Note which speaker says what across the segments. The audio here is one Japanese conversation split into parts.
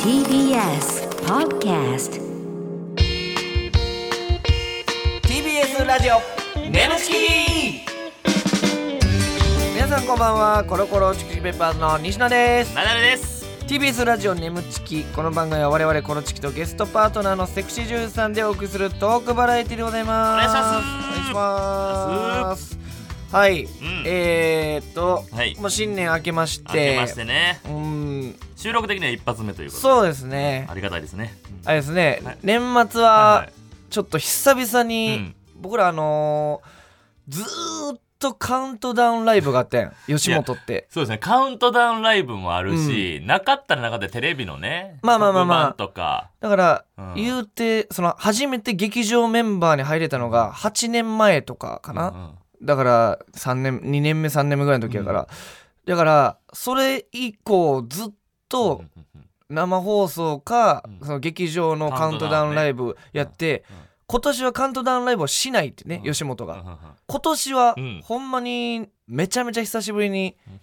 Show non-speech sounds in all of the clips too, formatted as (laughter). Speaker 1: TBS Podcast
Speaker 2: TBS ラジオ
Speaker 3: ネムチ
Speaker 2: 皆さんこんばんはコロコロチキチキペッパーズの西野です
Speaker 3: ナダルです。
Speaker 2: TBS ラジオネムチキこの番組は我々コロチキとゲストパートナーのセクシージュースさんでお送りするトークバラエティでございます
Speaker 3: お願い
Speaker 2: お
Speaker 3: します
Speaker 2: 願いしますはい、
Speaker 3: ん
Speaker 2: えーっと、
Speaker 3: はい
Speaker 2: もう新年明けまして
Speaker 3: 明けましてね。
Speaker 2: うーん
Speaker 3: 収録的には一発目ということで。
Speaker 2: そうですね
Speaker 3: ありがたいですね。うん
Speaker 2: あれですね、
Speaker 3: はい
Speaker 2: 年末
Speaker 3: は
Speaker 2: はいちょっと久々に、
Speaker 3: うん
Speaker 2: 僕らあのーずーっとカウントダウンライブがあって
Speaker 3: (laughs)
Speaker 2: ん吉本って
Speaker 3: そうですね。カウントダウンライブもあるし、なかったらなかったでテレビのね。
Speaker 2: まあまあまあまあ
Speaker 3: 特番とか。
Speaker 2: だから、
Speaker 3: うん
Speaker 2: 言うてその初めて劇場メンバーに入れたのが8年前とかかな、だから3年2年目3年目ぐらいの時やから、だからそれ以降ずっ
Speaker 3: うんうん
Speaker 2: と
Speaker 3: うんうん
Speaker 2: 生放送か、
Speaker 3: うん
Speaker 2: その劇場のカウントダウンライブやって、
Speaker 3: うんうん
Speaker 2: 今年はカウントダウンライブをしないってね、
Speaker 3: うん
Speaker 2: 吉本が、
Speaker 3: うんうんうん
Speaker 2: 今年は、
Speaker 3: うん
Speaker 2: ほんまにめちゃめちゃ久しぶりに
Speaker 3: うん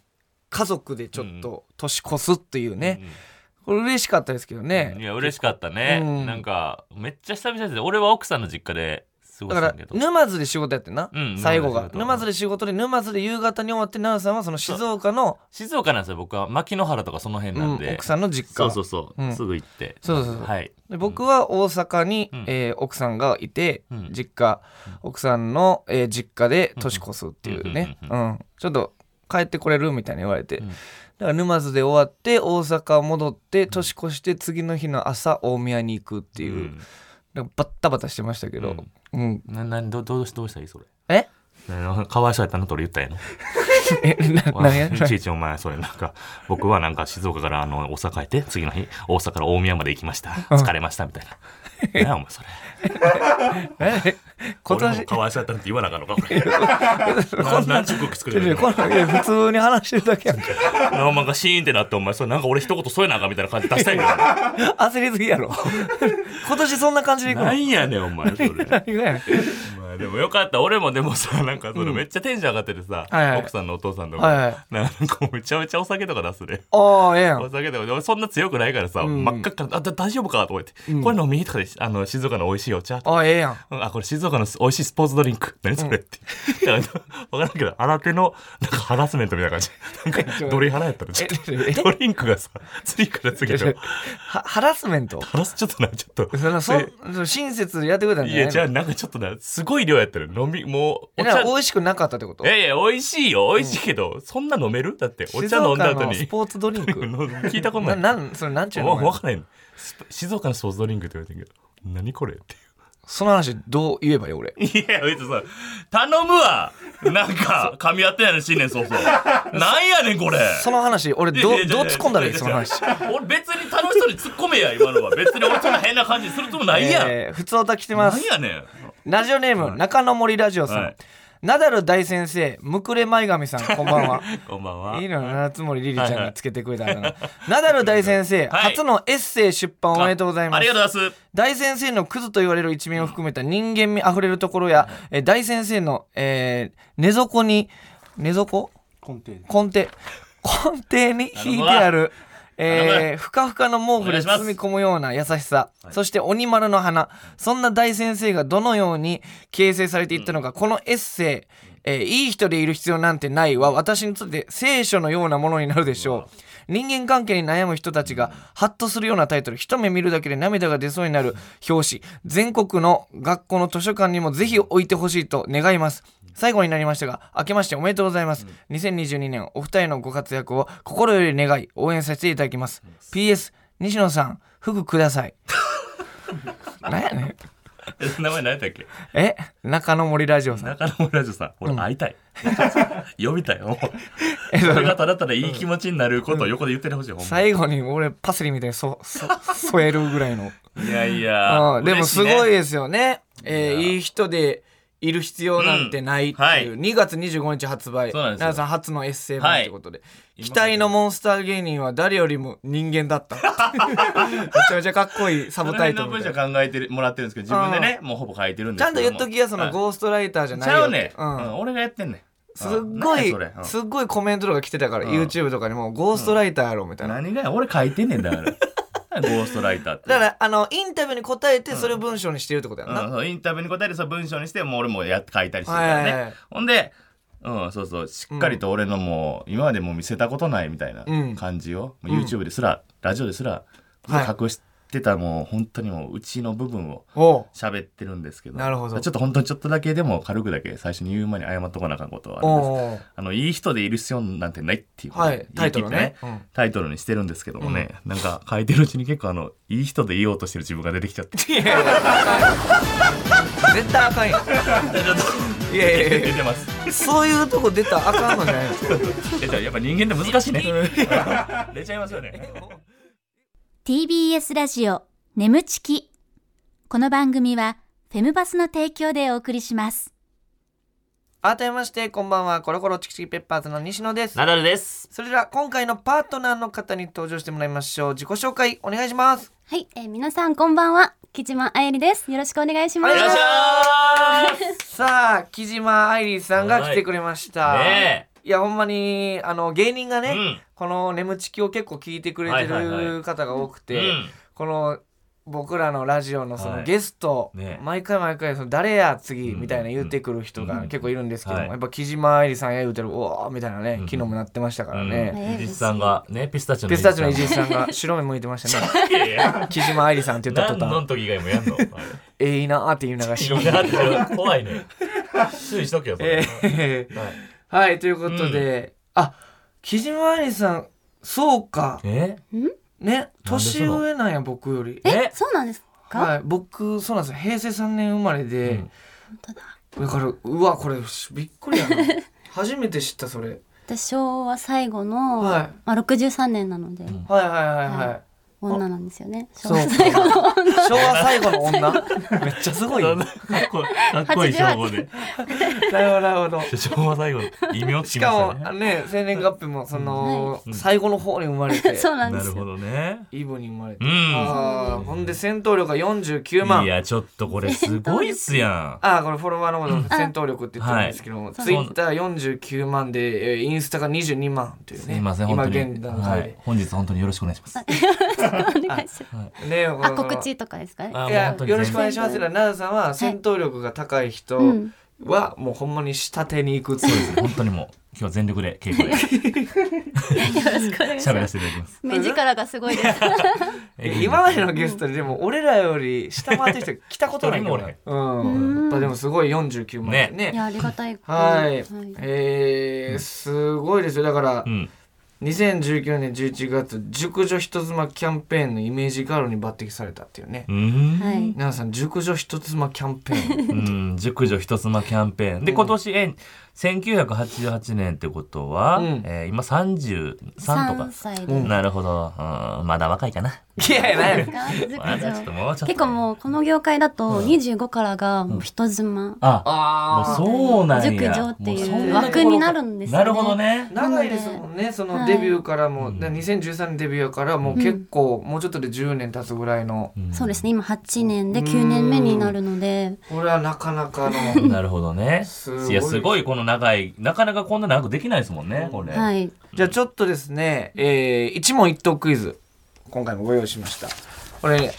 Speaker 2: 家族でちょっと年越すっていうね、これ嬉しかったですけど
Speaker 3: うんうん。い
Speaker 2: ね、
Speaker 3: や、嬉しかったね。
Speaker 2: うん
Speaker 3: なんか、めっちゃ久々ですね。俺は奥さんの実家で過ご
Speaker 2: だか
Speaker 3: した
Speaker 2: ら
Speaker 3: けど。
Speaker 2: 沼津で仕事やってんな、
Speaker 3: うん
Speaker 2: 最後が
Speaker 3: 沼津で仕
Speaker 2: 沼津で仕事
Speaker 3: 事
Speaker 2: で沼津で夕方に終わって奈良さんはその静岡の、
Speaker 3: 静岡なんですよ、僕は。牧之原とかその辺
Speaker 2: う
Speaker 3: なんんで。
Speaker 2: 奥さんの実
Speaker 3: そ
Speaker 2: 家
Speaker 3: うそうそう、
Speaker 2: うん
Speaker 3: すぐ行って。
Speaker 2: そうそうそう
Speaker 3: はい。
Speaker 2: で僕は大阪に、
Speaker 3: うん
Speaker 2: えー奥さんがいて、
Speaker 3: うん
Speaker 2: 実家奥さんの、えー実家で年越すっていうね、
Speaker 3: う
Speaker 2: うんん
Speaker 3: う
Speaker 2: ちょっと帰ってこれるみたいに言われて、
Speaker 3: うん
Speaker 2: だから沼津で終わって大阪戻って年越して次の日の朝大宮に行くっていう、
Speaker 3: うん
Speaker 2: なんかバッタバタしてましたけど、うん
Speaker 3: な、な、ど、どうし、どうしたらいいそれ。 (laughs)
Speaker 2: え
Speaker 3: なかわいそうやったなと俺言ったんやの。
Speaker 2: え (laughs) な何や
Speaker 3: い (laughs) ちいちお前それなんか僕はなんか静岡からあの大阪へって次の日大阪から大宮まで行きました疲れましたみたい
Speaker 2: (laughs)
Speaker 3: な。なあお前それ。
Speaker 2: え今
Speaker 3: 俺
Speaker 2: 年
Speaker 3: もかわいそうやったなって言わなあかんのか
Speaker 2: (laughs)
Speaker 3: 俺。
Speaker 2: こんな
Speaker 3: 何十国作
Speaker 2: ちょ
Speaker 3: れ
Speaker 2: ちょ
Speaker 3: る
Speaker 2: こんないや普通に話してるだけやんか
Speaker 3: のなんかシーンってなってお前それなんか俺一言添えなあかんみたいな感じ出したいけど。
Speaker 2: 焦りすぎや
Speaker 3: (laughs)
Speaker 2: ろ今年そんな感じでいくの
Speaker 3: なんやねんお前それ。
Speaker 2: 何がやねん
Speaker 3: まあでもよかった俺もでもさなんかそれめっちゃテンション上がっててさ、
Speaker 2: はいはい
Speaker 3: 奥さんのお父さんとか、
Speaker 2: はいはい
Speaker 3: なんかめちゃめちゃお酒とか出すね
Speaker 2: ああええやん
Speaker 3: お酒とかで俺そんな強くないからさ、
Speaker 2: ん
Speaker 3: 真っ赤っかなあだ大丈夫か?」とか言って「これ飲み?」とかであの静岡の美味しいお茶」
Speaker 2: ああええやん
Speaker 3: うんあこれ静岡の美味しいスポーツドリンク何それ」って、だから分からんけど新手のなんかハラスメントみたいな感じなんかドリハラやったらちょっと
Speaker 2: ええ
Speaker 3: ドリンクがさ次から次へと
Speaker 2: はハラスメント
Speaker 3: ハラスちょっとなちょっと
Speaker 2: そのそそ親切でやってくれたんじ
Speaker 3: い
Speaker 2: ゃない
Speaker 3: や
Speaker 2: の
Speaker 3: じゃあなんかちょっとなすごい量やったら飲みも
Speaker 2: え
Speaker 3: うお
Speaker 2: だか
Speaker 3: 茶
Speaker 2: ら美味しくなかったってこと
Speaker 3: いやいや、美味しいよ。美味しいけど、そんな飲めるだって、お
Speaker 2: 静
Speaker 3: 茶飲んだ
Speaker 2: 岡
Speaker 3: 後
Speaker 2: のス
Speaker 3: に。
Speaker 2: ポーツドリンク
Speaker 3: (laughs) 聞いたことな。
Speaker 2: ないなんそれなんちゅうの
Speaker 3: わ
Speaker 2: お前
Speaker 3: わからない。スポ静岡のソースドリンクって言われてんけど、何これって
Speaker 2: その話どう言えばよ俺
Speaker 3: いう。いや、別にさ、頼むわなんか、噛み合ってないの、新年早々。なんやねん、これ。
Speaker 2: その話俺ど
Speaker 3: いうやいやいや
Speaker 2: どう突っ込んだらいいその話。
Speaker 3: いやいやいや俺、別に楽しそうに突っ込めや、今のは。別に俺、そんな変な感じするつもないやん。
Speaker 2: えー普通おた来てま
Speaker 3: な
Speaker 2: す
Speaker 3: んやねん。
Speaker 2: ラジオネーム中野森ラジオさん、
Speaker 3: はい
Speaker 2: ナダル大先生むくれ前髪さんこんばんは
Speaker 3: こんばんは。
Speaker 2: いいのよ七つ森リリちゃんがつけてくれたからナダル大先生、
Speaker 3: はい
Speaker 2: 初のエッセイ出版おめでとうございます
Speaker 3: ありがとうございます。
Speaker 2: 大先生のクズと言われる一面を含めた人間味あふれるところや、えー大先生の、えー寝底に寝底根底根底に引いてある。
Speaker 3: なるほ
Speaker 2: えーふかふかの毛布で
Speaker 3: お願いします
Speaker 2: 包み込むような優しさそして鬼丸の花そんな大先生がどのように形成されていったのか、このエッセイ、えーいい人でいる必要なんてない」は私にとって聖書のようなものになるでしょう人間関係に悩む人たちがハッとするようなタイトル一目見るだけで涙が出そうになる表紙全国の学校の図書館にもぜひ置いてほしいと願います最後になりましたが明けましておめでとうございます2022年お二人のご活躍を心より願い応援させていただきます PS 西野さん服ください (laughs) 何やねん
Speaker 3: 名前何やったっけ
Speaker 2: え中野森ラジオさん
Speaker 3: 中野村ラジオさん、俺会いたい。呼びたい。もう
Speaker 2: えそ
Speaker 3: それ
Speaker 2: の
Speaker 3: がただただいい気持ちになることを横で言ってほしい、ほんま
Speaker 2: 最後に俺パセリみたいにそそ添えるぐらい
Speaker 3: (laughs)
Speaker 2: の
Speaker 3: いやいや、
Speaker 2: うん、でも
Speaker 3: 嬉し
Speaker 2: す
Speaker 3: ね
Speaker 2: ごいですよね。えー
Speaker 3: いや
Speaker 2: いい人でいる必要なんてないっていう、
Speaker 3: う
Speaker 2: 2月25日発売
Speaker 3: そうなんです
Speaker 2: 奈
Speaker 3: よ
Speaker 2: 良さん初のエッセイ本ということで、
Speaker 3: い
Speaker 2: 期待のモンスター芸人は誰よりも人間だった
Speaker 3: (laughs)
Speaker 2: めちゃめちゃかっこいいサ
Speaker 3: その
Speaker 2: ブタイ
Speaker 3: 辺
Speaker 2: ト
Speaker 3: の
Speaker 2: ルみ
Speaker 3: 文
Speaker 2: た
Speaker 3: 章
Speaker 2: いな
Speaker 3: 考えてるもらってるんですけど、自分でね、もうほぼ書いてるんで
Speaker 2: ち
Speaker 3: す
Speaker 2: ゃ
Speaker 3: け
Speaker 2: ん
Speaker 3: ど
Speaker 2: と
Speaker 3: も
Speaker 2: 言っときやそ
Speaker 3: は
Speaker 2: の
Speaker 3: い
Speaker 2: ゴーストライターじゃ
Speaker 3: ち
Speaker 2: ない
Speaker 3: ゃ
Speaker 2: よ
Speaker 3: う
Speaker 2: って
Speaker 3: ね、うん
Speaker 2: うん
Speaker 3: 俺がやってんねん
Speaker 2: すっご
Speaker 4: 何や
Speaker 2: い
Speaker 4: それうん
Speaker 2: すっごいコメントとか来てたから
Speaker 4: うん
Speaker 2: YouTube とかにもゴーストライターやろみたいな
Speaker 4: 何がや俺書いてんねん
Speaker 2: (laughs)
Speaker 4: だからゴーストライターって
Speaker 2: だからあのインタビューに答えてそれを文章にしてるってことやん
Speaker 4: うん
Speaker 2: な
Speaker 4: そうインタビューに答えてそう文章にしてもう俺もやって書いたりしてるから
Speaker 2: はいはいは
Speaker 4: ね
Speaker 2: い
Speaker 4: ほんでうんそうそうしっかりと俺のもう今までもう見せたことないみたいな
Speaker 2: うん
Speaker 4: 感じを、もう YouTube ですら、ラジオですら
Speaker 2: はい
Speaker 4: 隠してたもう本当にもううちの部分を
Speaker 2: おう
Speaker 4: 喋ってるんですけど
Speaker 2: なるほど
Speaker 4: ちょっと本当にちょっとだけでも軽くだけ最初に言う前に謝っとかなあかんことはあるんです
Speaker 2: おう
Speaker 4: あのいい人でいる必要なんてないっていうこと
Speaker 2: はいタイトルね
Speaker 4: 言い切って
Speaker 2: うん
Speaker 4: タイトルにしてるんですけどもね、なんか書いてるうちに結構あのいい人でいようとしてる自分が出てきちゃって
Speaker 2: いやいや絶対あかんや (laughs) んいやいやい
Speaker 4: 出
Speaker 2: や
Speaker 4: てます
Speaker 2: そういうとこ出たらあかんのじゃないの
Speaker 4: えじゃあやっぱ人間って難しいね (laughs) 出ちゃいますよね
Speaker 1: TBS ラジオ眠ちきこの番組はフェムバスの提供でお送りします
Speaker 2: 改めましてこんばんはコロコロチキチキペッパーズの西野です
Speaker 3: ナダルです。
Speaker 2: それでは今回のパートナーの方に登場してもらいましょう自己紹介お願いします
Speaker 1: はい、えー皆さんこんばんは木島愛理ですよろしくお願いしま
Speaker 2: お願いし
Speaker 1: す
Speaker 2: さあ木島愛理さんが来てくれました、
Speaker 3: ね
Speaker 2: いやほんまにあの芸人がね、
Speaker 3: うん
Speaker 2: この「眠ちき」を結構聞いてくれて
Speaker 3: はいはいは
Speaker 2: る方が多くて、
Speaker 3: え。
Speaker 2: この僕らのラジオのそ
Speaker 3: は
Speaker 2: の
Speaker 3: い
Speaker 2: ゲスト、
Speaker 3: ね
Speaker 2: 毎回毎回その誰や次
Speaker 3: うん
Speaker 2: みたいな言ってくる人が結構いるんですけども、
Speaker 3: はい
Speaker 2: やっぱ木島愛理さんや言うてるおおみたいなね
Speaker 3: うん
Speaker 2: 昨日もなってましたから
Speaker 3: う
Speaker 2: ね、
Speaker 3: ん。伊地知さんが、ね、ピスタチオの
Speaker 2: ピスタチオの伊
Speaker 3: 知
Speaker 2: 地知さんが白目向いてましたね
Speaker 3: さん。いやいや。
Speaker 2: 木島愛理さんって言った
Speaker 3: 何
Speaker 2: 途
Speaker 3: の
Speaker 2: 端
Speaker 3: 時以外もやんのあれ
Speaker 2: 「えいいな」って言いながら
Speaker 3: いろいろあってる怖いね。注意しとけよ、それ。
Speaker 2: えー
Speaker 3: はい
Speaker 2: はいということで、あ木島愛理さんそうか
Speaker 3: え
Speaker 2: ね
Speaker 3: なんでそ
Speaker 2: 年
Speaker 3: の
Speaker 2: 上なんや僕より
Speaker 3: え
Speaker 1: そうなんですか、
Speaker 2: はい僕そうなんですよ平成3年生まれで、だからうわこれびっくり
Speaker 1: (laughs)
Speaker 2: やな初めて知ったそれ
Speaker 1: 私昭和最後の、
Speaker 2: はい
Speaker 1: まあ、63年なので、
Speaker 2: はいはいはいはい、
Speaker 1: はい女なんですよね
Speaker 2: そうか昭和最後の
Speaker 1: (laughs)
Speaker 2: 女めっちゃすごいな
Speaker 3: か
Speaker 2: る
Speaker 3: っこかっこいい称号で。
Speaker 2: ほどなるほど
Speaker 3: 昭和最後の異名つ
Speaker 2: し
Speaker 3: き
Speaker 2: か
Speaker 3: まし
Speaker 2: も
Speaker 3: た
Speaker 2: あ
Speaker 3: ね。
Speaker 2: ね生年月日もその、
Speaker 3: うん
Speaker 2: 最後の方に生まれて
Speaker 1: そうなんで
Speaker 3: な
Speaker 1: す
Speaker 3: る
Speaker 1: よ
Speaker 3: ほどね。
Speaker 2: イブに生まれて、
Speaker 3: うん
Speaker 2: あーほんで戦闘力が49万
Speaker 3: いや、ちょっとこれすごいっすやん。
Speaker 2: ああこれフォロワーのこと戦闘力って言ってるんですけども、ツイッター49万でえーインスタが22万というね
Speaker 3: すいません、
Speaker 2: 今
Speaker 3: 本当に
Speaker 2: 現。段
Speaker 3: は
Speaker 2: 階
Speaker 3: い
Speaker 2: で、。
Speaker 3: 本日本当によろしくお願いします。
Speaker 1: お願いします
Speaker 2: ねこ
Speaker 1: (laughs) あ
Speaker 2: の
Speaker 1: 告知とかですかね
Speaker 3: あ
Speaker 2: いや
Speaker 3: 本当に
Speaker 2: よろしくお願いします
Speaker 1: 全然
Speaker 2: だから奈良さんは戦闘力が高い人
Speaker 1: うん
Speaker 2: はもうほんまに下手に行くっていう
Speaker 3: 本当にもう、今日は全力で稽
Speaker 1: (laughs)
Speaker 3: 古で喋らせていただきます。
Speaker 1: 目力がすごいです
Speaker 2: え今までのゲストででも俺らより下回ってる人来たことないんだよな
Speaker 3: 一
Speaker 2: うんやっぱでもすごい49万ね
Speaker 1: いやありがたい
Speaker 2: はい
Speaker 1: はい
Speaker 2: えーすごいですよだから
Speaker 3: うん。
Speaker 2: 2019年11月熟女人妻キャンペーンのイメージガールに抜擢されたっていうね
Speaker 3: うん。
Speaker 1: はい
Speaker 2: 皆さん熟女人妻キャンペ (laughs) ーン
Speaker 3: うん、熟女一妻キャンペーンで今年え1988年ってことは、
Speaker 2: うん
Speaker 3: えー今33とか
Speaker 1: 3歳で
Speaker 3: なるほど、うん、まだ若いかない
Speaker 2: やいやな
Speaker 1: が熟
Speaker 2: んや
Speaker 3: まだちょ
Speaker 1: 女
Speaker 3: っともうちょっと
Speaker 1: 結構もうこの業界だと25からがもう人妻、
Speaker 3: あもう
Speaker 2: あ
Speaker 3: そうなん
Speaker 1: 熟
Speaker 3: や
Speaker 1: 女って
Speaker 3: もそん
Speaker 1: いう
Speaker 3: な
Speaker 1: 枠になるんですよね。
Speaker 3: なるほど。ね
Speaker 2: ー長いですもんねその
Speaker 1: はい
Speaker 2: デビューからも、だから2013年デビューやからもう結構、もうちょっとで10年経つぐらいの
Speaker 1: そうですね。今8年で9年目になるので、
Speaker 2: これはなかなかの
Speaker 3: なるほどね
Speaker 2: すごい
Speaker 3: いやすごいこの長いなかなかこんな長くできないですもんねこれ、
Speaker 1: はい。
Speaker 2: じゃあちょっとですね、えー一問一答クイズ今回もご用意しましたこれ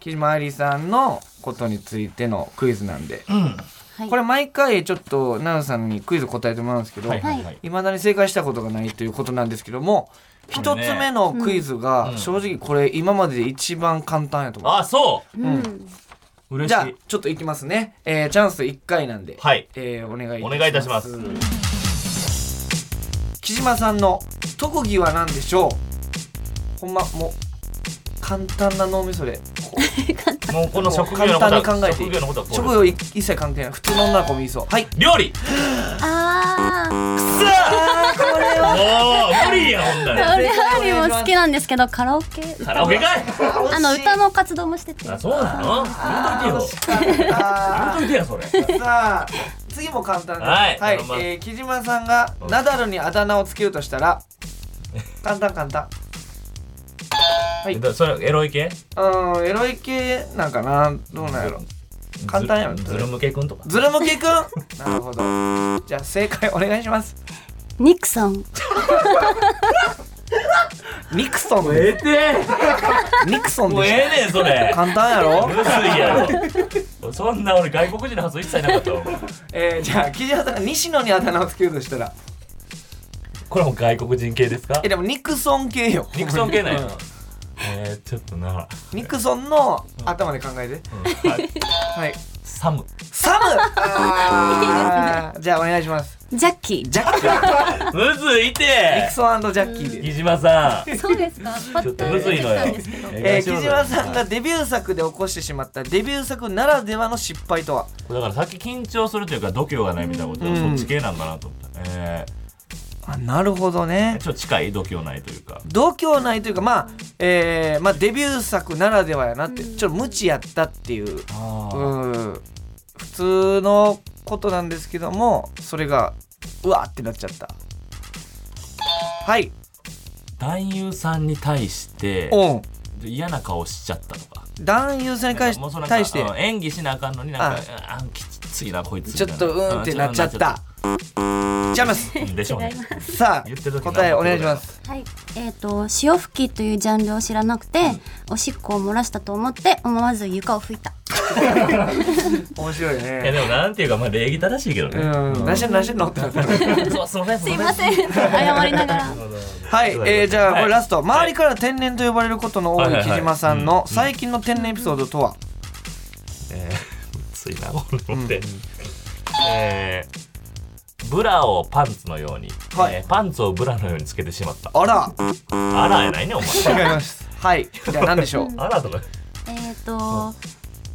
Speaker 2: 木島愛理さんのことについてのクイズなんで、
Speaker 1: はい。
Speaker 2: これ毎回ちょっと奈々さんにクイズ答えてもらうんですけど、
Speaker 3: はい
Speaker 2: い
Speaker 3: はいはい
Speaker 2: まだに正解したことがないということなんですけども一つ目のクイズが正直これ今までで一番簡単やと思う、
Speaker 3: あそ
Speaker 1: うん。
Speaker 3: う嬉しい
Speaker 2: じゃあちょっといきますね、えーチャンス1回なんで、
Speaker 3: はい
Speaker 2: えーお願いいたします
Speaker 3: お願いいたします
Speaker 2: 木島さんの特技は何でしょうほんまもう簡単な脳みそでこう
Speaker 3: もうこの職業のこと
Speaker 2: 簡
Speaker 3: は
Speaker 2: 単に考えていい
Speaker 3: 職業のことはこう
Speaker 2: 職業い一切関係ない普通の女の子もいそうはい
Speaker 3: 料理
Speaker 1: あ
Speaker 2: あこれは
Speaker 3: おー無理やんほんだ
Speaker 1: あ、
Speaker 3: ら
Speaker 1: 俺料理も好きなんですけどカラオケ。
Speaker 3: カラオケかい
Speaker 1: (laughs) あの歌の活動もしてて。
Speaker 3: あそうなのやめといてよやめといてやそれ
Speaker 2: さあ次も簡単です
Speaker 3: はい
Speaker 2: えー木島さんがナダルにあだ名をつけるとしたら簡単簡単
Speaker 3: えだそれエロい系
Speaker 2: うんエロい系なんかなどうなんやろ簡単やろ
Speaker 3: ズル向けくんとか。
Speaker 2: ズル向けくんなるほどじゃあ正解お願いします
Speaker 1: ニクソン
Speaker 2: ニクソン
Speaker 3: えて
Speaker 2: ニクソン
Speaker 3: もう
Speaker 2: でし
Speaker 3: ええねんそれ
Speaker 2: た。簡単やろ
Speaker 3: むずいやろ。そんな俺外国人の発想一切なかったわ。
Speaker 2: えー、じゃあ岸田さんが西野にあだ名をつけるとしたら
Speaker 3: これも外国人系ですか
Speaker 2: え？でもニクソン系よ
Speaker 3: ニクソン系なんや
Speaker 2: うん
Speaker 3: えー、ちょっとな。
Speaker 2: ニクソンの頭で考えて、
Speaker 3: うんはい
Speaker 2: はい
Speaker 3: サム。
Speaker 2: サムあー (laughs) じゃあお願いします
Speaker 5: ジャッキー
Speaker 2: ジャッキー
Speaker 3: (laughs) むずいて
Speaker 2: ニクソンジャッキーで
Speaker 3: 木島さん。
Speaker 1: そうですかパ
Speaker 3: ちょ
Speaker 1: ッ
Speaker 3: っと
Speaker 1: と
Speaker 3: むずいのよ。
Speaker 2: えー、
Speaker 3: 木
Speaker 2: 木島さんがデビュー作で起こしてしまったデビュー作ならではの失敗とは
Speaker 3: だからさっき緊張するというか度胸がないみたいなことは
Speaker 2: うん
Speaker 3: そっち系なんかなと思った、え
Speaker 2: あなるほど
Speaker 3: ー、
Speaker 2: ね
Speaker 3: ちょっと近い度胸ないというか
Speaker 2: 度胸ないというかまあ、えーまあデビュー作ならではやなってちょっと無知やったっていう
Speaker 3: あー
Speaker 2: うん普通のことなんですけどもそれがうわーってなっちゃったはい
Speaker 3: 男優さんに対して
Speaker 2: オン
Speaker 3: 嫌な顔しちゃったとか
Speaker 2: 男優さんに関し
Speaker 3: もうそのなんか
Speaker 2: 対して
Speaker 3: うん演技しなあかんのになんかあんきついなこいつみ
Speaker 2: ちょ
Speaker 3: たいな
Speaker 2: っとうーんってなっちゃったジャムス
Speaker 3: うんでしょうね
Speaker 2: さ
Speaker 3: 言ってる
Speaker 2: あ
Speaker 3: 時
Speaker 2: 答えお願いします
Speaker 6: はい、えっ、と潮吹きというジャンルを知らなくて、おしっこを漏らしたと思って思わず床を拭いた。
Speaker 2: 面白い
Speaker 3: いや
Speaker 2: ね
Speaker 3: でもなんていうかまあ礼儀正しいけど
Speaker 2: う
Speaker 3: ね、
Speaker 2: ん何してんの何してんのってなった
Speaker 3: (laughs) そうすいませんすいません
Speaker 6: 謝りな
Speaker 3: (laughs)
Speaker 6: がら。
Speaker 2: はい、えー、じゃあこれラスト、周りから天然と呼ばれることの多
Speaker 3: はい
Speaker 2: い
Speaker 3: はいはい
Speaker 2: 木島さんの最近の天然エピソードとは、
Speaker 3: えー、ついなこれ持って、えーブラをパンツのように、
Speaker 2: はい
Speaker 3: えーパンツをブラのようにつけてしまった
Speaker 2: あら
Speaker 3: あらやないねお前
Speaker 2: (laughs) 違いますはいじゃあ何でしょう
Speaker 3: あらとか
Speaker 6: えっ、と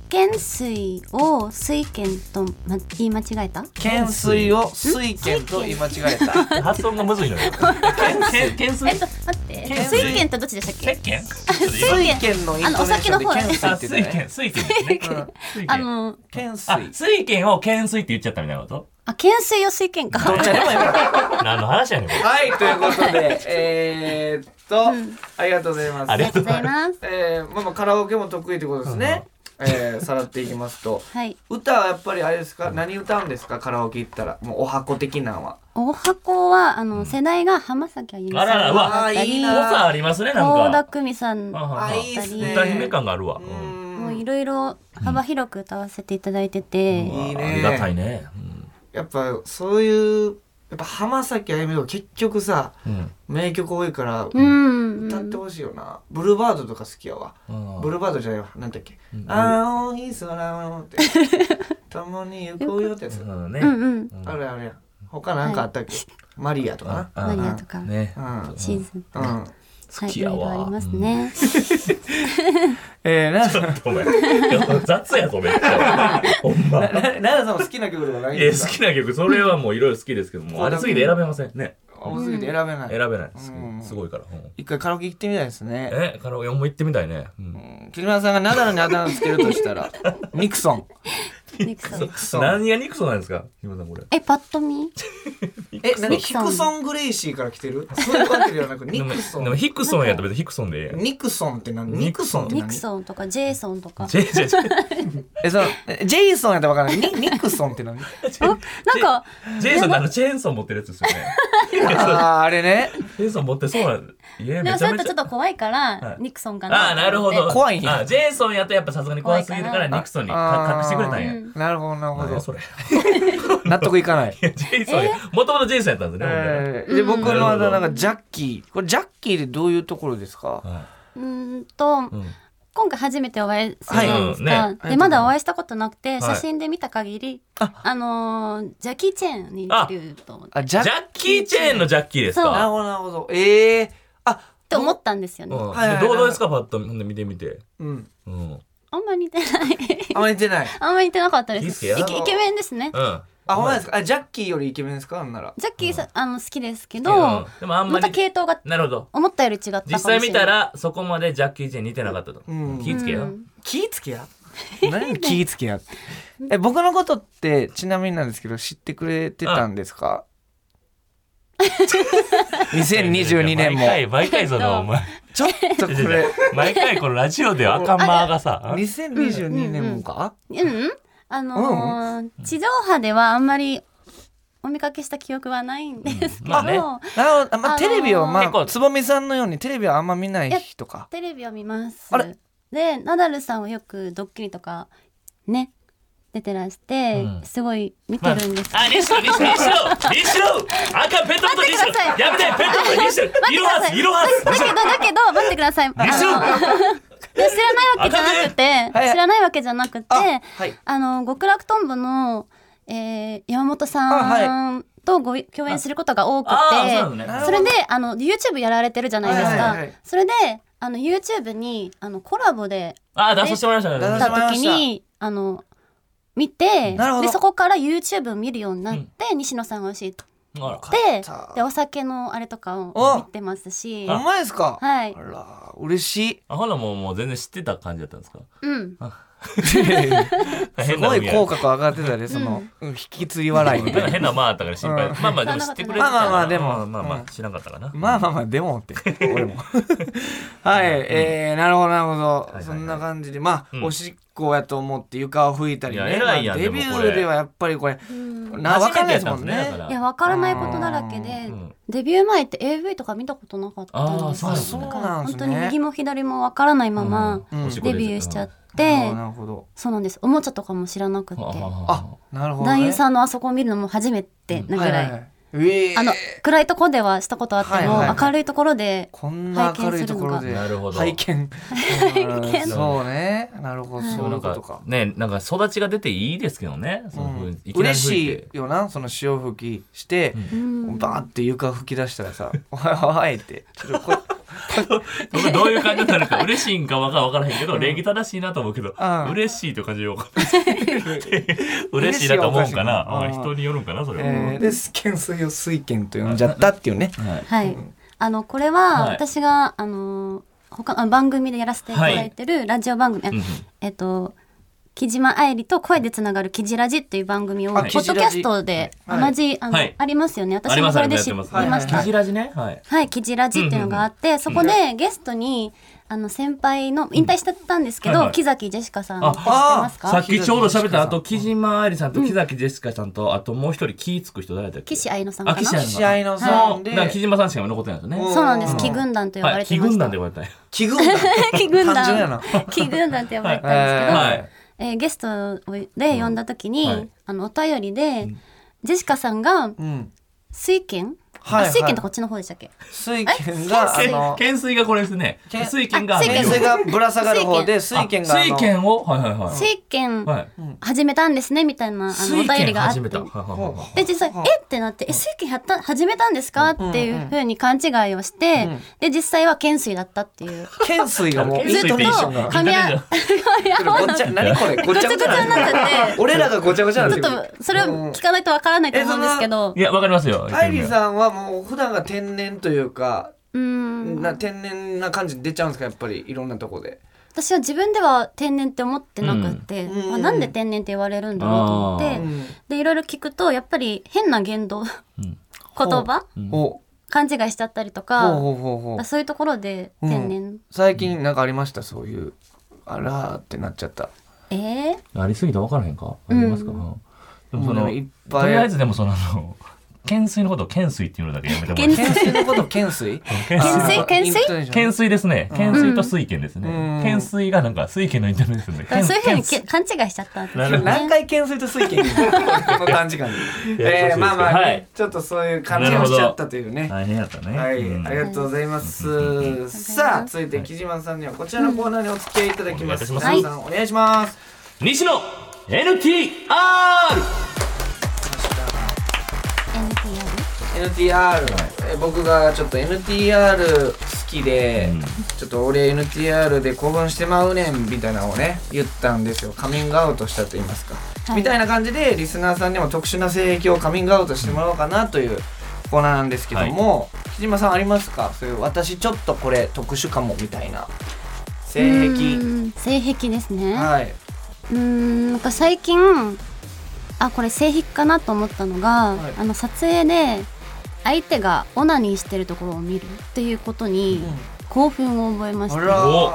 Speaker 6: 懸垂を水拳と、ま、言い間違えた。
Speaker 2: 懸垂を水拳と言い間違えた
Speaker 3: 発音がむずい
Speaker 2: (laughs)
Speaker 3: のよ。けんけん懸垂
Speaker 6: えっと待って
Speaker 3: 懸垂
Speaker 6: 水拳ってどっちでしたっけ？
Speaker 3: 石鹸
Speaker 2: 水拳のイントネーションで懸垂
Speaker 3: あ
Speaker 2: って
Speaker 3: 水
Speaker 2: 言ってた
Speaker 3: 拳
Speaker 2: ね
Speaker 3: 水拳ですね。水拳
Speaker 6: あの
Speaker 2: 懸
Speaker 3: あ
Speaker 2: 垂
Speaker 3: 水拳を懸垂って言っちゃったみたいなこと。
Speaker 6: あ懸垂を水拳か。
Speaker 2: どっちでもいいから
Speaker 3: 何の話やねんこれ。
Speaker 2: はいということでえーっと、ありがとうございます
Speaker 3: あり
Speaker 6: あり
Speaker 3: がと
Speaker 6: がと
Speaker 3: うご
Speaker 6: うご
Speaker 3: ざ
Speaker 6: ざ
Speaker 3: い
Speaker 6: い
Speaker 3: ま
Speaker 6: ます。
Speaker 2: えーまあまあカラオケも得意ということですね、えー、さらっていきますと
Speaker 6: はい、
Speaker 2: 歌はやっぱりあれですか何歌うんですかカラオケ行ったらもうお箱的なんは
Speaker 6: お箱はあの世代が浜崎あゆみさん
Speaker 3: あらら
Speaker 6: だ
Speaker 3: うわ
Speaker 6: った
Speaker 2: いい
Speaker 6: り、
Speaker 2: な
Speaker 3: す。誤差ありますねなん
Speaker 6: 高田
Speaker 3: か。
Speaker 6: 久美さんだ
Speaker 3: あ
Speaker 6: っ
Speaker 3: あ
Speaker 2: あ
Speaker 6: た
Speaker 2: いいっす
Speaker 6: り
Speaker 2: ね、
Speaker 3: 歌姫感があるわ。
Speaker 2: う
Speaker 3: うん
Speaker 6: もうい
Speaker 2: ん
Speaker 6: ろいろ幅広く歌わせていただいてて。
Speaker 2: いいね
Speaker 3: ありがたいね。
Speaker 2: やっぱそういうやっぱ浜崎あゆみとか結局さ
Speaker 3: うん
Speaker 2: 名曲多いから
Speaker 6: うん、
Speaker 2: 歌ってほしいよな、ブルーバードとか好きやわ
Speaker 3: うん
Speaker 2: ブルーバードじゃないわなんだっけ、青い空をって
Speaker 6: (laughs)
Speaker 2: 共に行こうよってやつ、
Speaker 3: うんね。
Speaker 6: うんうん
Speaker 2: あれあれ他なんかあったっけ、マリアとか
Speaker 3: あ
Speaker 6: マリアとか、
Speaker 3: ね。
Speaker 2: なうん
Speaker 6: シーズンとか、
Speaker 2: うん、
Speaker 6: はい、
Speaker 3: き
Speaker 6: い
Speaker 3: や
Speaker 6: ろいろ
Speaker 3: わ
Speaker 6: ありますね。
Speaker 2: えー、な
Speaker 3: お前ちょっと雑やぞめっちゃ。ほんま。
Speaker 2: な奈良さんも好きな曲とかないん
Speaker 3: え
Speaker 2: で
Speaker 3: ー
Speaker 2: す
Speaker 3: 好
Speaker 2: か
Speaker 3: きな曲それはもういろいろ好きですけどもあれすぎて選べませんね
Speaker 2: 多すぎて選べない、
Speaker 3: 選べないです
Speaker 2: うん
Speaker 3: すごいから、うん
Speaker 2: 一回カラオケ行ってみたいですね
Speaker 3: えカラオケも行ってみたいね、うん
Speaker 2: うん木村さんがナダルにあだ名つけるとした
Speaker 3: (laughs)
Speaker 2: らニクソン
Speaker 6: ニクソン。
Speaker 2: ソン
Speaker 3: 何がニクソンなんですか日村さんこれ
Speaker 6: え、パッと見
Speaker 2: え、何ヒクソングレイシーから来てるそういうわけではな
Speaker 3: (laughs)
Speaker 2: く、ニ
Speaker 3: でも
Speaker 2: クソ
Speaker 3: でも
Speaker 2: ン。
Speaker 3: ヒクソンやったら別にヒクソンでええやん
Speaker 2: ニクソンって何ニクソンって
Speaker 6: ニク
Speaker 2: 何
Speaker 6: ソンとかジェイソンとか。
Speaker 3: 違う違う違う
Speaker 2: え、その、えジェイソンやったらわからない。ニニクソンって
Speaker 3: (laughs)
Speaker 2: 何
Speaker 6: なんか、
Speaker 3: ジェイソンってあのチェーンソー持ってるやつですよね
Speaker 2: あー、あれね。
Speaker 3: チェーンソー持ってそうなんいや
Speaker 6: で
Speaker 3: め
Speaker 6: も
Speaker 3: ち
Speaker 6: そ
Speaker 3: ゃ
Speaker 6: れ
Speaker 3: め
Speaker 6: と
Speaker 3: ち
Speaker 6: ちょっ
Speaker 3: ゃ
Speaker 6: と怖いから、ニクソンかな。
Speaker 3: ああなるほど
Speaker 2: 怖いんや
Speaker 3: あジェイソンやとやっぱさすがに怖すぎるからニクソンに
Speaker 2: あー
Speaker 3: か隠してくれたんや
Speaker 2: なるほど、なるほ
Speaker 3: 何やそ
Speaker 2: ど。
Speaker 3: れ
Speaker 2: 納得いか
Speaker 3: (laughs)
Speaker 2: ない。
Speaker 3: ジェイソンやもともとジェイソンやったんですねほんで
Speaker 2: えーで、僕のあだ名
Speaker 3: なるほ
Speaker 2: がジャッキー。これ、ジャッキーでどういうところですか
Speaker 3: は
Speaker 6: うーんと、
Speaker 3: いうん
Speaker 6: 今回初めてお会いするじゃないですか。
Speaker 3: はいうん
Speaker 2: ね
Speaker 6: で、まだお会いしたことなくて、
Speaker 3: い
Speaker 6: 写真で見た限り、あのー、ジャッキー・チェーンに似てると思って
Speaker 2: あ、ジャッ
Speaker 3: ジ
Speaker 2: キ
Speaker 3: ャッキー・チェーンのジャッキーです
Speaker 6: そ
Speaker 2: ー。
Speaker 6: う
Speaker 2: なる
Speaker 3: か。
Speaker 2: ほど、なるほど。えー。あ、
Speaker 6: って思ったんですよね。
Speaker 3: うん
Speaker 2: はいはいはい
Speaker 3: どうどうですか、パッとほんで見てみて。
Speaker 2: うん。
Speaker 3: うん。
Speaker 6: あんまり似てない。
Speaker 2: あまり似てない。
Speaker 6: あんまり似てなかった
Speaker 3: いい
Speaker 6: で
Speaker 3: っす
Speaker 6: す。
Speaker 3: よ
Speaker 6: イケイケメンですね。
Speaker 3: うん。
Speaker 2: あ、ほんまですかあ、ジャッキーよりイケメンですかなんなら。
Speaker 6: ジャッキーさん、あの、好きですけ
Speaker 3: うん
Speaker 6: ど、
Speaker 3: でもあん
Speaker 6: ま
Speaker 3: ま
Speaker 6: た
Speaker 3: り。
Speaker 6: 系統が
Speaker 3: なるほど。
Speaker 6: 思ったより違ったかもしれな
Speaker 3: 実
Speaker 6: い。
Speaker 3: 際見たら、そこまでジャッキー・チェーン似てなかったと。
Speaker 2: うん
Speaker 3: 気ぃつけ
Speaker 6: う
Speaker 3: よ。
Speaker 6: ん
Speaker 2: 気ぃつけや何気ぃつけやってえ僕のことってちなみになんですけど知ってくれてたんですか (laughs) 2022年も
Speaker 3: 毎回、毎回その、お前。
Speaker 2: ちょっとこ
Speaker 3: 違う違
Speaker 2: れ
Speaker 3: う毎回このラジオで赤間がさ、
Speaker 2: 2022年もか
Speaker 6: うんうんあのー地上波ではあんまりお見かけした記憶はないんですけど、
Speaker 3: まあ
Speaker 2: な
Speaker 3: ね
Speaker 2: るほどあまあ
Speaker 6: あのー
Speaker 2: テレビをま
Speaker 3: 結構
Speaker 2: あつぼみさんのようにテレビはあんま見ない人か
Speaker 6: テレビを見ます。
Speaker 2: あれ
Speaker 6: でナダルさんはよくドッキリとかね出てらして、
Speaker 3: うん
Speaker 6: すごい見てるんですけど、
Speaker 3: あ、リスト、リスト、リスト、リスト。赤ペットボトル、リスト。やめて、ペットボトル、リスト。色はず、色はず。
Speaker 6: だけどだけど待ってく
Speaker 3: (laughs)
Speaker 6: ださい。あの
Speaker 3: リスト。
Speaker 6: で知らないわけじゃなくて、
Speaker 2: はい
Speaker 6: 知らないわけじゃなくて、
Speaker 2: あ
Speaker 6: あ,、
Speaker 2: はい
Speaker 6: の極楽とんぼの、えー山本
Speaker 2: あ
Speaker 6: さんとご共演することが多くて、
Speaker 3: ああ、そうなのね。
Speaker 2: あ
Speaker 6: それであの YouTube やられてるじゃないですか。
Speaker 2: はいはいはい
Speaker 6: それであの YouTube にあのコラボで
Speaker 3: あー、出させてもらいまし
Speaker 2: 出
Speaker 3: た
Speaker 2: さ
Speaker 3: ね。
Speaker 6: た時にあの見て
Speaker 2: なるほど
Speaker 6: でそこから YouTube を見るようになって、西野さんが教えて
Speaker 3: あら
Speaker 6: でお酒のあれとか
Speaker 2: お
Speaker 6: を見てますし
Speaker 2: お前ですか
Speaker 6: は
Speaker 2: あ
Speaker 6: い、
Speaker 2: ら嬉しい
Speaker 3: あほらもう、もう全然知ってた感じだったんですか
Speaker 6: うん、あ
Speaker 2: す
Speaker 3: 変な
Speaker 2: ご
Speaker 3: 海
Speaker 2: い
Speaker 3: や
Speaker 2: 口角上がってたでそのうん引き継ぎ笑いみたいな
Speaker 3: 変な間あったから心配。
Speaker 2: うん
Speaker 3: まあまあ、でも知ってくれてた
Speaker 2: まあまあまあでも
Speaker 3: うんまあま
Speaker 2: う
Speaker 3: あ
Speaker 2: ん、
Speaker 3: 知らなかったかな。
Speaker 2: まあまあまあでもって俺
Speaker 3: (laughs)
Speaker 2: もはい、えー、なるほどなるほど、そんな感じでまあ、
Speaker 3: うん
Speaker 2: おしっこやと思って床を拭いたりね
Speaker 3: いや偉いやん
Speaker 2: まあデビ
Speaker 3: で
Speaker 2: ュ
Speaker 3: もこれ
Speaker 2: ーではやっぱりこれ
Speaker 6: うん
Speaker 2: な分かんないで
Speaker 3: やっ
Speaker 2: す
Speaker 3: た
Speaker 2: も
Speaker 3: ん
Speaker 2: ん
Speaker 3: ですね。だか
Speaker 2: ね
Speaker 3: ら
Speaker 6: いやわからないことだらけで
Speaker 3: うん
Speaker 6: デビュー前って AV とか見たことなかったんですよ
Speaker 3: あー
Speaker 6: だ
Speaker 3: そうなんだ
Speaker 6: から本当
Speaker 2: そうなんです
Speaker 6: に
Speaker 2: ね
Speaker 6: 右も左もわからないまま
Speaker 2: うん
Speaker 3: おしっこ
Speaker 6: デ
Speaker 3: 出
Speaker 6: ビューしちゃっ
Speaker 2: なるほ
Speaker 6: て
Speaker 2: どなるほど
Speaker 6: そうなんですおもちゃとかも知らなくって
Speaker 3: はあはあはあ
Speaker 2: あなるほど、ね、
Speaker 6: 男優さんのあそこを見るのも初めてなぐ
Speaker 2: は
Speaker 6: らい、
Speaker 2: いはいはいええ
Speaker 6: あの暗いとこではしたことあっても、
Speaker 2: はいはいはい
Speaker 6: 明るいところで
Speaker 2: こんな明るいところで
Speaker 3: 拝見するのが
Speaker 2: 拝
Speaker 6: (laughs)
Speaker 2: 見うんそうねなるほどそうい
Speaker 3: な
Speaker 2: うんこと
Speaker 3: か
Speaker 2: か、
Speaker 3: ね、なんか育ちが出ていいですけどね。その
Speaker 2: う
Speaker 3: 雰囲
Speaker 2: ん
Speaker 3: 気いきなり
Speaker 2: 嬉
Speaker 3: 吹い
Speaker 2: していよなその潮吹きして、
Speaker 6: うん
Speaker 2: バーって床吹き出したらさ (laughs) 「おいおい」ってちょっとこ
Speaker 6: (laughs)
Speaker 2: れ
Speaker 3: 僕どういう感じになるか嬉しいんかわかわからへんけど、礼儀正しいなと思うけど、
Speaker 2: うん
Speaker 3: 嬉しいという感じでよかっ
Speaker 2: (laughs)
Speaker 3: た。嬉しいなと思うんか
Speaker 2: 嬉
Speaker 3: な。
Speaker 2: しいはおかしいな
Speaker 3: うん人によるんかな、それは。
Speaker 2: えー、で懸垂を水拳と呼んじゃったって (laughs) いうね。
Speaker 6: はい、あのこれは
Speaker 3: はい
Speaker 6: 私が、あの他の番組でやらせていただいてるラジオ番組、あ
Speaker 3: うん
Speaker 6: えっと木島愛理と声でつながる「キジラジ」っていう番組をポ
Speaker 2: あ
Speaker 6: ッドキャストで
Speaker 2: は
Speaker 6: 同
Speaker 2: い
Speaker 6: じ、あの
Speaker 3: はい
Speaker 6: ありますよね
Speaker 3: あ
Speaker 6: 私
Speaker 3: り
Speaker 6: も
Speaker 3: ます
Speaker 6: こ
Speaker 3: あ
Speaker 6: れ
Speaker 3: りま
Speaker 6: で
Speaker 3: やってます。
Speaker 6: す知りまし
Speaker 2: はい
Speaker 6: た。
Speaker 3: キジラジね。はい。
Speaker 6: はい、キジラジっていうのがあって、そこでゲストにあの先輩の引退してたんですけ
Speaker 3: う
Speaker 6: ど、
Speaker 3: んはいはい
Speaker 6: 木崎ジェシカさん知
Speaker 3: あ
Speaker 6: ってます
Speaker 3: さ
Speaker 6: か
Speaker 3: っきちょうど喋ったあと木島愛理さんと木崎ジェシカさんとあともう一人気ぃつく人誰だっけ
Speaker 6: 岸愛乃さんか
Speaker 3: あ岸
Speaker 6: な
Speaker 3: 愛
Speaker 2: 試合のさんで
Speaker 3: だから木島さんしか残ってないですよね
Speaker 6: そうなんです
Speaker 2: うん
Speaker 6: 木軍団と呼ば
Speaker 3: は
Speaker 6: れ
Speaker 3: い
Speaker 6: て
Speaker 3: 木
Speaker 6: ま
Speaker 3: 軍
Speaker 6: した、
Speaker 3: 団で呼ばれたんや
Speaker 2: 気軍団
Speaker 6: 木軍
Speaker 2: 単純や
Speaker 6: 団
Speaker 2: な
Speaker 6: (laughs) 木軍団って呼ばれてたんですけど、
Speaker 2: え
Speaker 6: えーゲストで呼んだ時に、
Speaker 3: うんはい
Speaker 6: あのお便りで、ジェシカさんが
Speaker 2: ーうん、
Speaker 6: 水拳、
Speaker 2: はいはい
Speaker 6: あ水拳ってこっちの方でしたっけ
Speaker 2: 水拳があ
Speaker 3: け
Speaker 2: の
Speaker 3: 懸垂がこれですね
Speaker 2: けん
Speaker 3: 水拳が
Speaker 6: あ水
Speaker 2: それがぶら下がる方で
Speaker 3: あ
Speaker 2: 水拳があの
Speaker 3: 水拳をはいはいはい
Speaker 6: 水拳
Speaker 3: はい
Speaker 6: 始めたんですねみたいなあのお
Speaker 3: 水
Speaker 6: 便
Speaker 3: 拳
Speaker 6: りがあっ
Speaker 3: 始
Speaker 6: て
Speaker 3: めたはいはいはいはい
Speaker 6: で実際「えっ?」てなって「え水拳やった始めたんですか?」っていうふうに勘違いをして、で実際は懸垂だったっていう。
Speaker 2: 懸垂がもう
Speaker 6: ずっと
Speaker 2: イントネーションが
Speaker 6: 噛み合う
Speaker 2: ご
Speaker 6: (laughs)
Speaker 2: ちゃ何これごちゃごちゃ
Speaker 6: になっちゃって
Speaker 2: 俺らがごちゃごちゃなん
Speaker 6: ち
Speaker 2: です
Speaker 6: ょ
Speaker 2: よ
Speaker 6: っとそれを聞かないとわからないと思うんですけど、
Speaker 3: いやわかりますよ
Speaker 2: アイリーさんはもう普段が天然というか
Speaker 6: うん
Speaker 2: な天然な感じ出ちゃうんですかやっぱりいろんなとこで
Speaker 6: 私は自分では天然って思ってなくて、
Speaker 2: うん
Speaker 6: あなんで天然って言われるんだろうと思っ
Speaker 3: あ
Speaker 6: て、
Speaker 3: ー
Speaker 2: うん
Speaker 6: でいろいろ聞くとやっぱり変な言動、言葉、
Speaker 2: ほ
Speaker 6: 勘違いしちゃったりと
Speaker 2: う
Speaker 6: か
Speaker 2: ほうほうほうほう
Speaker 6: そういうところで天然、
Speaker 2: 最近なんかありましたそういうあらーってなっちゃった
Speaker 6: えー、
Speaker 3: ありすぎてわからへんかありますかうんでもそ
Speaker 2: も
Speaker 3: の
Speaker 2: ういっぱい
Speaker 3: とりあえずでもそのあの懸垂のことを懸垂っていうのだけやめてもらって
Speaker 2: 懸垂のこと懸垂
Speaker 3: (laughs) 懸垂
Speaker 6: 垂懸垂
Speaker 3: 懸垂ですね。懸垂と水拳ですね。
Speaker 2: うん
Speaker 3: 懸垂がなんか水拳のインターネットですね。
Speaker 6: だからそういうふうに
Speaker 3: 懸垂
Speaker 6: け勘違いしちゃったんですよ
Speaker 3: なるほど
Speaker 2: 何
Speaker 6: ね。
Speaker 2: 回懸垂と水
Speaker 3: (laughs)
Speaker 2: 拳この短時間にえーまあまあね
Speaker 3: はい
Speaker 2: ちょっとそういう感じをしちゃったというね
Speaker 3: 大変やったね。
Speaker 2: はい、
Speaker 3: うん
Speaker 2: ありがとうございます。さあ、続いて木島さんにはこちらのコーナーにお付き合いいただきます。
Speaker 3: うん
Speaker 2: 木島さん、お願いします。
Speaker 3: 西野 NTR。
Speaker 2: NTR、えー僕がちょっと NTR 好きで、ちょっと俺 NTR で興奮してまうねんみたいなのをね言ったんですよカミングアウトしたと言いますか、みたいな感じでリスナーさんにも特殊な性癖をカミングアウトしてもらおうかなというコーナーなんですけども、木島さんありますかそういう私ちょっとこれ特殊かもみたいな性
Speaker 6: う
Speaker 2: 癖
Speaker 6: ん性癖ですね。
Speaker 2: はい、
Speaker 6: うんなんか最近あこれ性癖かなと思ったのが、
Speaker 2: はい
Speaker 6: あの撮影で相手がオナニーしてるところを見るっていうことに興奮を覚えました、
Speaker 2: あら
Speaker 3: お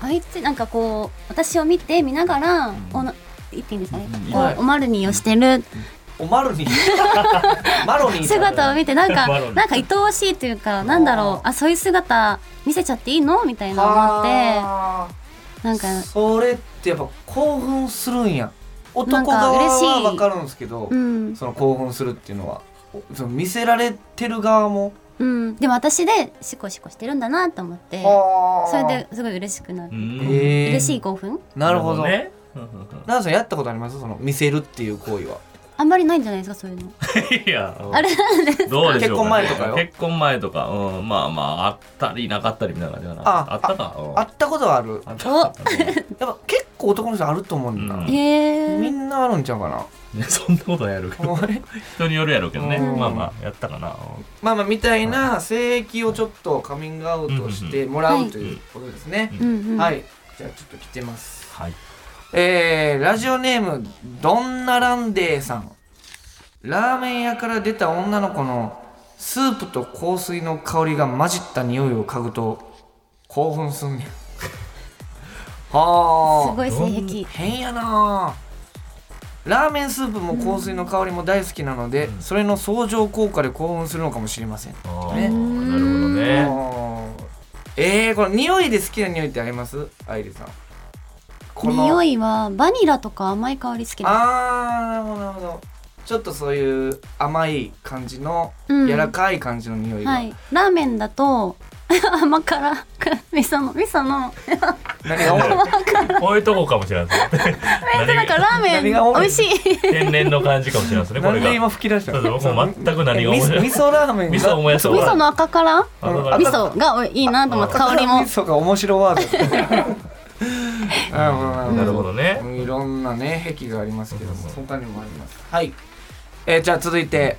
Speaker 6: あいつなんかこう私を見て見ながら、おな言っていいんですかね、こうおまるにをしてる
Speaker 2: おま
Speaker 6: (laughs)
Speaker 2: るにマロニー
Speaker 6: 姿を見てなん (laughs) か
Speaker 3: マロニ
Speaker 6: なんか愛おしいというかなんだろうあそういう姿見せちゃっていいのみたいな思って
Speaker 2: は
Speaker 6: なん
Speaker 2: ー
Speaker 6: か
Speaker 2: それってやっぱ興奮するんや男側
Speaker 6: なんか嬉し
Speaker 2: はい分かるんですけど、
Speaker 6: うん
Speaker 2: その興奮するっていうのはおその見せられてる側も
Speaker 6: うんでも私でシコシコしてるんだなと思ってそれですごい嬉しくなる
Speaker 3: ん
Speaker 2: えー、
Speaker 6: 嬉しい興奮
Speaker 2: なるほど
Speaker 3: ねうんうん
Speaker 2: 奈良さんやったことありますその見せるっていう行為は
Speaker 6: あんまりないんじゃないですかそういうの
Speaker 3: いや
Speaker 6: あれなんです
Speaker 3: どうでし
Speaker 2: 結
Speaker 3: ょうね
Speaker 2: 婚前とかよ
Speaker 3: 結婚前とかうんまあまああったりなかったりみたいな感じかな
Speaker 2: あ
Speaker 3: あったかうん
Speaker 2: あったことはある
Speaker 3: あったか
Speaker 2: やっぱ結構男の人あると思うんだな、
Speaker 3: う
Speaker 6: へ
Speaker 2: み
Speaker 6: え
Speaker 2: んなあるんちゃうかな
Speaker 3: うんねそんなことはやるけど
Speaker 2: お前
Speaker 3: 人によるやろうけどね
Speaker 2: うん
Speaker 3: まあまあやったかなうん
Speaker 2: (laughs) まあまあみたいな性域をちょっとカミングアウトしてもらうということですね、
Speaker 6: うんうん
Speaker 2: はいじゃあちょっと来てます
Speaker 3: はい
Speaker 2: えー、ラジオネームどんなランデーさんラーメン屋から出た女の子のスープと香水の香りが混じった匂いを嗅ぐと興奮すんねんはあ
Speaker 6: すごい性癖
Speaker 2: 変やなあラーメンスープも香水の香りも大好きなので、それの相乗効果で興奮するのかもしれません、
Speaker 3: あ
Speaker 2: ね
Speaker 3: ーなるほどね
Speaker 2: あーえー、この匂いで好きな匂いってあります愛理さんこの
Speaker 6: 匂いはバニラとか甘い香り好きです
Speaker 2: あーなるほどなるほどちょっとそういう甘い感じの、
Speaker 6: うん
Speaker 2: 柔らかい感じの匂いが、
Speaker 6: はいラーメンだと (laughs) 甘辛 (laughs) 味噌の味噌の
Speaker 2: 何が多い
Speaker 3: こういうとこかもしれないですね
Speaker 6: なんかラーメン
Speaker 2: 何
Speaker 6: 美
Speaker 2: が多い
Speaker 6: 味しい
Speaker 3: 天然の感じかもしれないですねこ
Speaker 2: な
Speaker 3: れ
Speaker 2: んで
Speaker 3: が
Speaker 2: 今吹き出したの
Speaker 3: そうそうもう全く何が面白い
Speaker 2: え味噌味噌ラーメンが
Speaker 3: 味噌を燃やす
Speaker 6: 味噌の赤
Speaker 3: あ
Speaker 6: 辛
Speaker 3: だか
Speaker 2: う
Speaker 3: ら
Speaker 2: ん
Speaker 6: 味噌がいいなと思って香りも
Speaker 2: 味噌が面白ワー
Speaker 3: (laughs)
Speaker 2: ドなるほどなるほど
Speaker 3: なるほどね
Speaker 2: いろんなね癖がありますけども他にもありますはい、えーじゃあ続いて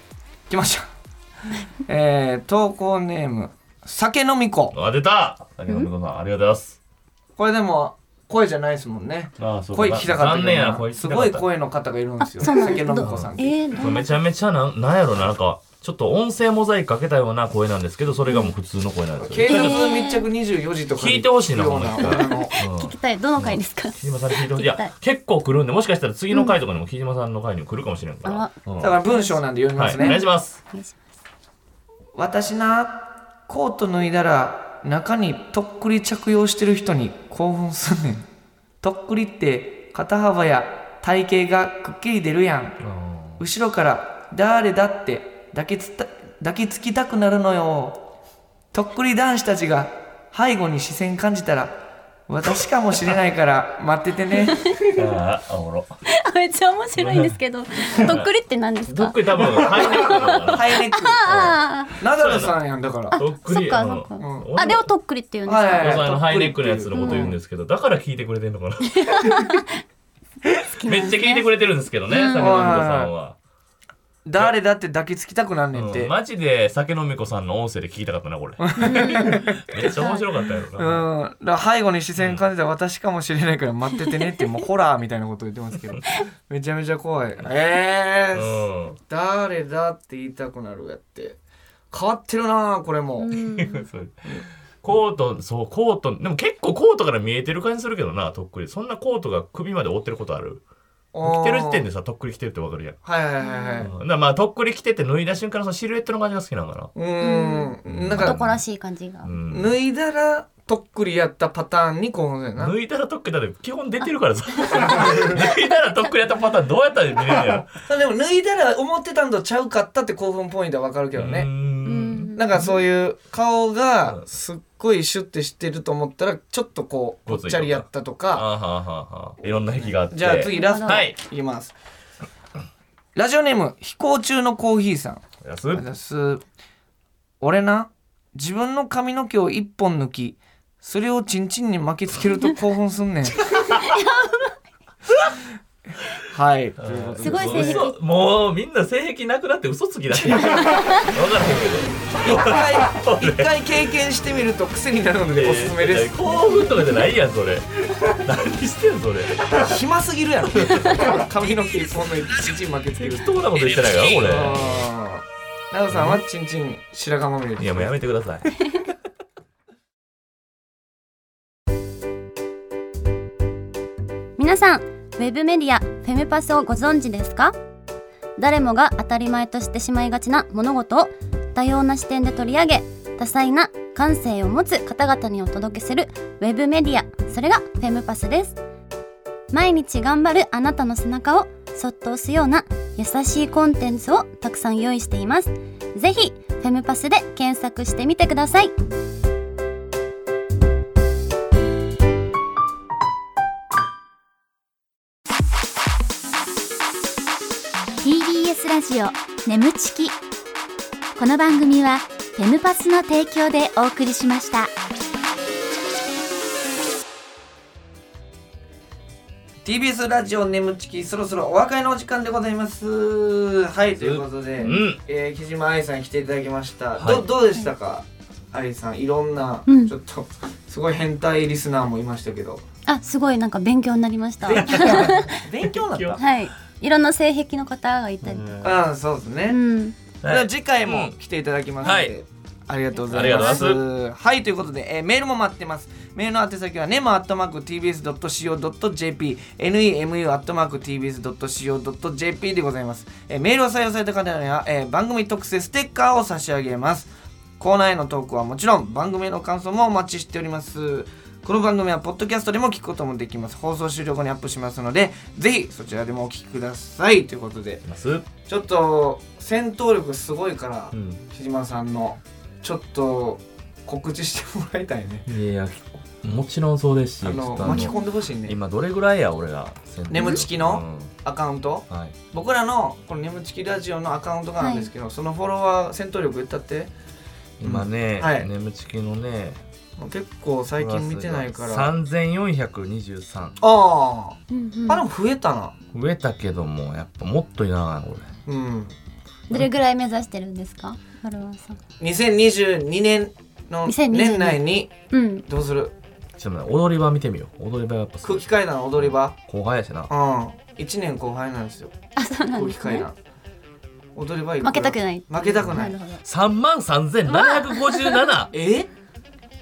Speaker 2: 来ましたえー投稿ネーム酒飲み子
Speaker 3: あ出た竹野美子さんありがとうございます
Speaker 2: これでも声じゃないですもんね
Speaker 3: あそうか
Speaker 2: 声聞きたかったけど
Speaker 3: 残念やな声聞き
Speaker 2: す
Speaker 3: たかっ
Speaker 2: ご
Speaker 3: た
Speaker 2: い声の方がいるんですよ
Speaker 6: あそうなんだ
Speaker 2: 酒飲み子さんっていう
Speaker 6: えー、
Speaker 3: これめちゃめちゃなんなんやろななんかちょっと音声モザイクかけたような声なんですけどそれがもう普通の声なんです
Speaker 2: 警
Speaker 3: よ
Speaker 2: 察密着24時とかに
Speaker 3: 聞いてほしいな
Speaker 2: よう
Speaker 3: ほんまに
Speaker 2: あの
Speaker 6: 聞きたいどの回ですか、
Speaker 3: 木島さんに聞いてほしいい
Speaker 6: 聞き
Speaker 3: や
Speaker 6: た
Speaker 3: 結構来るんでもしかしたら次の回とかにも木島さんの回にも来るかもしれんから
Speaker 6: あ
Speaker 3: うん
Speaker 2: だか
Speaker 3: は
Speaker 2: ら文章なんで読みます
Speaker 3: いお
Speaker 2: ね、
Speaker 3: 願いします
Speaker 2: 私なコート脱いだら中にとっくり着用してる人に興奮すんねん (laughs) とっくりって肩幅や体型がくっきり出るやん後ろから「誰だ」って抱きつた抱きつきたくなるのよとっくり男子たちが背後に視線感じたら私かもしれない (laughs) から待っててね
Speaker 3: あーあおもろ
Speaker 6: めっちゃ面白いんです
Speaker 2: (laughs)
Speaker 6: けどとっくりって何です
Speaker 3: どっ
Speaker 6: か
Speaker 3: くり多分入んないと思うから
Speaker 2: ハイ (laughs) ネック
Speaker 6: あ
Speaker 2: ナダルさんやんだから
Speaker 3: どっく
Speaker 6: そっ
Speaker 3: り
Speaker 6: か
Speaker 3: あの
Speaker 6: そっか
Speaker 3: 女
Speaker 6: ーあれをとっくりって言うんですか、
Speaker 2: はい
Speaker 3: お前のハイネックのやつのこと言うんですけど、だから聞いてくれてんのかな。 (laughs) めっちゃ聞いてくれてるんですけどね、酒飲み子さんは。
Speaker 2: 誰だって抱きつきたくなんねんっ
Speaker 3: う
Speaker 2: て
Speaker 3: んマジで酒飲み子さんの音声で聞きたかったな、こ (laughs) れ。めっちゃ面白かったやろ
Speaker 2: うん、
Speaker 3: な。
Speaker 2: だから背後に視線感じたら私かもしれないから待っててねってもうホラーみたいなこと言ってます (laughs) けどめちゃめちゃ怖いえ
Speaker 3: う
Speaker 2: ー、
Speaker 3: ん。
Speaker 2: 誰だって言いたくなるやって変わってるなあこれも、
Speaker 3: そう (laughs) コート、そう、コート、でも結構コートから見えてる感じするけどな、とっくり。そんなコートが首まで覆ってることある
Speaker 2: おー
Speaker 3: 着てる時点でさ、とっくり着てるってわかるやん。
Speaker 2: はいはいはいはい
Speaker 3: うんだからまあ、とっくり着てて脱いだ瞬間のそのシルエットの感じが好きなのか
Speaker 2: うーんなん
Speaker 6: 男
Speaker 2: から
Speaker 6: しい感じが、
Speaker 3: な。うん
Speaker 2: 脱いだらとっくりやったパターンに興奮するな
Speaker 3: 脱いだらとっくりだって基本出てるからさ脱いだらとっくりやったパターンどうやったら見れるんや
Speaker 2: そうでも脱いだら思ってたんとちゃうかったって興奮ポイントはわかるけど
Speaker 3: ろ
Speaker 2: ね、
Speaker 3: ね
Speaker 2: なんかそういう顔がすっごいシュッてしてると思ったらちょっとこうぽっちゃりやったと
Speaker 3: あ
Speaker 2: か
Speaker 3: ははははいろんな癖があって
Speaker 2: じゃあ次ラスト
Speaker 3: はい
Speaker 2: いきますラジオネーム飛行中のコーヒーさん
Speaker 3: やす
Speaker 2: あざっす俺な自分の髪の毛を一本抜きそれをチンチンに巻きつけると興奮すんねんはいということです
Speaker 6: ごい性癖
Speaker 3: 嘘もうみんな性癖なくなって嘘つきだって
Speaker 6: (laughs)
Speaker 3: 分からへん
Speaker 2: 一回一回経験してみると癖になるの
Speaker 3: けど
Speaker 2: でおすすめで
Speaker 3: えー
Speaker 2: す
Speaker 3: 興奮とかじゃないやんそれ (laughs) 何してんそれ
Speaker 2: 暇すぎるやろ髪の毛一本抜いてチンチン巻きつける
Speaker 3: 適当なこと言ってないから俺
Speaker 2: あー奈良さんはチンチン白髪まみれ
Speaker 3: いやもうやめてください
Speaker 1: 皆さん
Speaker 6: ウェブメディアフェムパスをご存知ですか誰もが当たり前としてしまいがちな物事を多様な視点で取り上げ多彩な感性を持つ方々にお届けするウェブメディアそれがフェムパスです毎日頑張るあなたの背中をそっと押すような優しいコンテンツをたくさん用意していますぜひフェムパスで検索してみてください
Speaker 1: TBS ラジオ眠ちきこの番組はフェムパスの提供でお送りしました。
Speaker 2: TBS ラジオ眠ちきそろそろお別れのお時間でございますはいということで、
Speaker 3: うん
Speaker 2: えー、木島愛さん来ていただきました、
Speaker 3: はい
Speaker 2: どどうでしたか、愛さんいろんな、
Speaker 6: うん
Speaker 2: ちょっとすごい変態リスナーもいましたけど
Speaker 6: あすごいなんか勉強になりましたは
Speaker 2: (laughs) 勉強になっ
Speaker 6: いいろんな性癖の方がいたりとか
Speaker 2: たうんそうですね、
Speaker 6: うん
Speaker 2: では次回も来ていただきますので、
Speaker 3: はい
Speaker 2: ありがとうございます
Speaker 3: ありがとう
Speaker 2: はいということで、えーメールも待ってますメールの宛先は nemu.tbs.co.jp nemu.tbs.co.jp でございます、えーメールを採用された方には、えー番組特製ステッカーを差し上げますコーナーへの投稿はもちろん番組への感想もお待ちしておりますこの番組はポッドキャストでも聞くこともできます放送終了後にアップしますのでぜひそちらでもお聞きくださいということで
Speaker 3: ます
Speaker 2: ちょっと戦闘力すごいから、
Speaker 3: うん
Speaker 2: 木島さんのちょっと告知してもらいたいね
Speaker 3: いやいやもちろんそうですし
Speaker 2: あ
Speaker 3: ちょ
Speaker 2: の
Speaker 3: っとあの
Speaker 2: 巻き込んでほしいね
Speaker 3: 今どれぐらいや俺ら宣伝
Speaker 2: 眠ちきのアカウント
Speaker 3: うんはい
Speaker 2: 僕らのこの「眠ちきラジオ」のアカウントがなんですけど、そのフォロワー戦闘力言ったって
Speaker 3: 今ね
Speaker 2: はい
Speaker 3: 眠ちきのね
Speaker 2: もう結構最近見てないからあ
Speaker 3: 三千四百二十三
Speaker 2: あ
Speaker 6: うんうん
Speaker 2: ーあでも増えたな
Speaker 3: 増えたけどもやっぱもっといらない俺
Speaker 2: うん
Speaker 6: どれぐらい目指してるんですかフォロワーさん
Speaker 2: 2022年の
Speaker 6: 2022
Speaker 2: 年内に
Speaker 6: うん
Speaker 2: どうする
Speaker 3: ちょっと待って踊り場見てみよう踊り場やっぱすご
Speaker 2: 空
Speaker 3: い
Speaker 2: 気階段踊り場
Speaker 3: 後輩やしな
Speaker 2: うん1年後輩なんですよ
Speaker 6: あそうなん
Speaker 2: 空
Speaker 6: で
Speaker 2: 気
Speaker 6: す
Speaker 2: 階
Speaker 6: ね
Speaker 2: 段踊り場
Speaker 6: 負けたくない
Speaker 2: 負けたくな
Speaker 6: ないるほど
Speaker 3: 三万三千七百五十 (laughs) 七
Speaker 2: え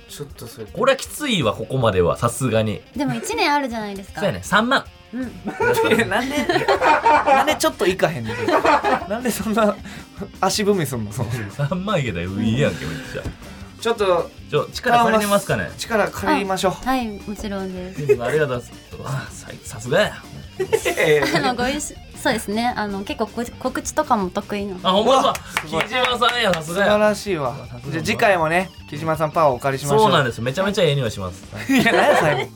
Speaker 2: ちょっとそれ
Speaker 3: これはきついわここまではさすがに
Speaker 6: でも一年あるじゃないですか
Speaker 3: そうやね三万 (laughs)
Speaker 6: うん
Speaker 2: れ (laughs) なんでなんでちょっといかへんねんなんでそんな (laughs) 足踏みすんのその
Speaker 3: 三万いけたらいいやんけめっちゃ
Speaker 2: ちょっと
Speaker 3: ちょ力借りれますか (laughs) ね
Speaker 2: 力借りましょう
Speaker 6: はいもちろんです
Speaker 3: ありがとうございますうわささすがや
Speaker 2: (laughs) ええ
Speaker 6: あのご一緒そうですねあの結構こ告知とかも得意な
Speaker 3: あほんまだ木
Speaker 2: ごい
Speaker 3: 島さんやさす
Speaker 2: 素
Speaker 3: が
Speaker 2: 晴
Speaker 3: や
Speaker 2: らしいわじゃあ次回もね木島さんパワーをお借りしましょう
Speaker 3: そうなんですめちゃめちゃええ匂いします
Speaker 2: (laughs) いや何や最後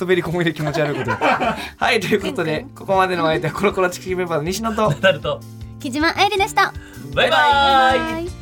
Speaker 2: 滑り込みで気持ち悪
Speaker 6: (laughs)
Speaker 2: いことはいということでここまでのお相手はコロコロチキチキペーパーの西野と
Speaker 3: なると
Speaker 6: 木島愛理でした
Speaker 3: バイバーイ
Speaker 6: イ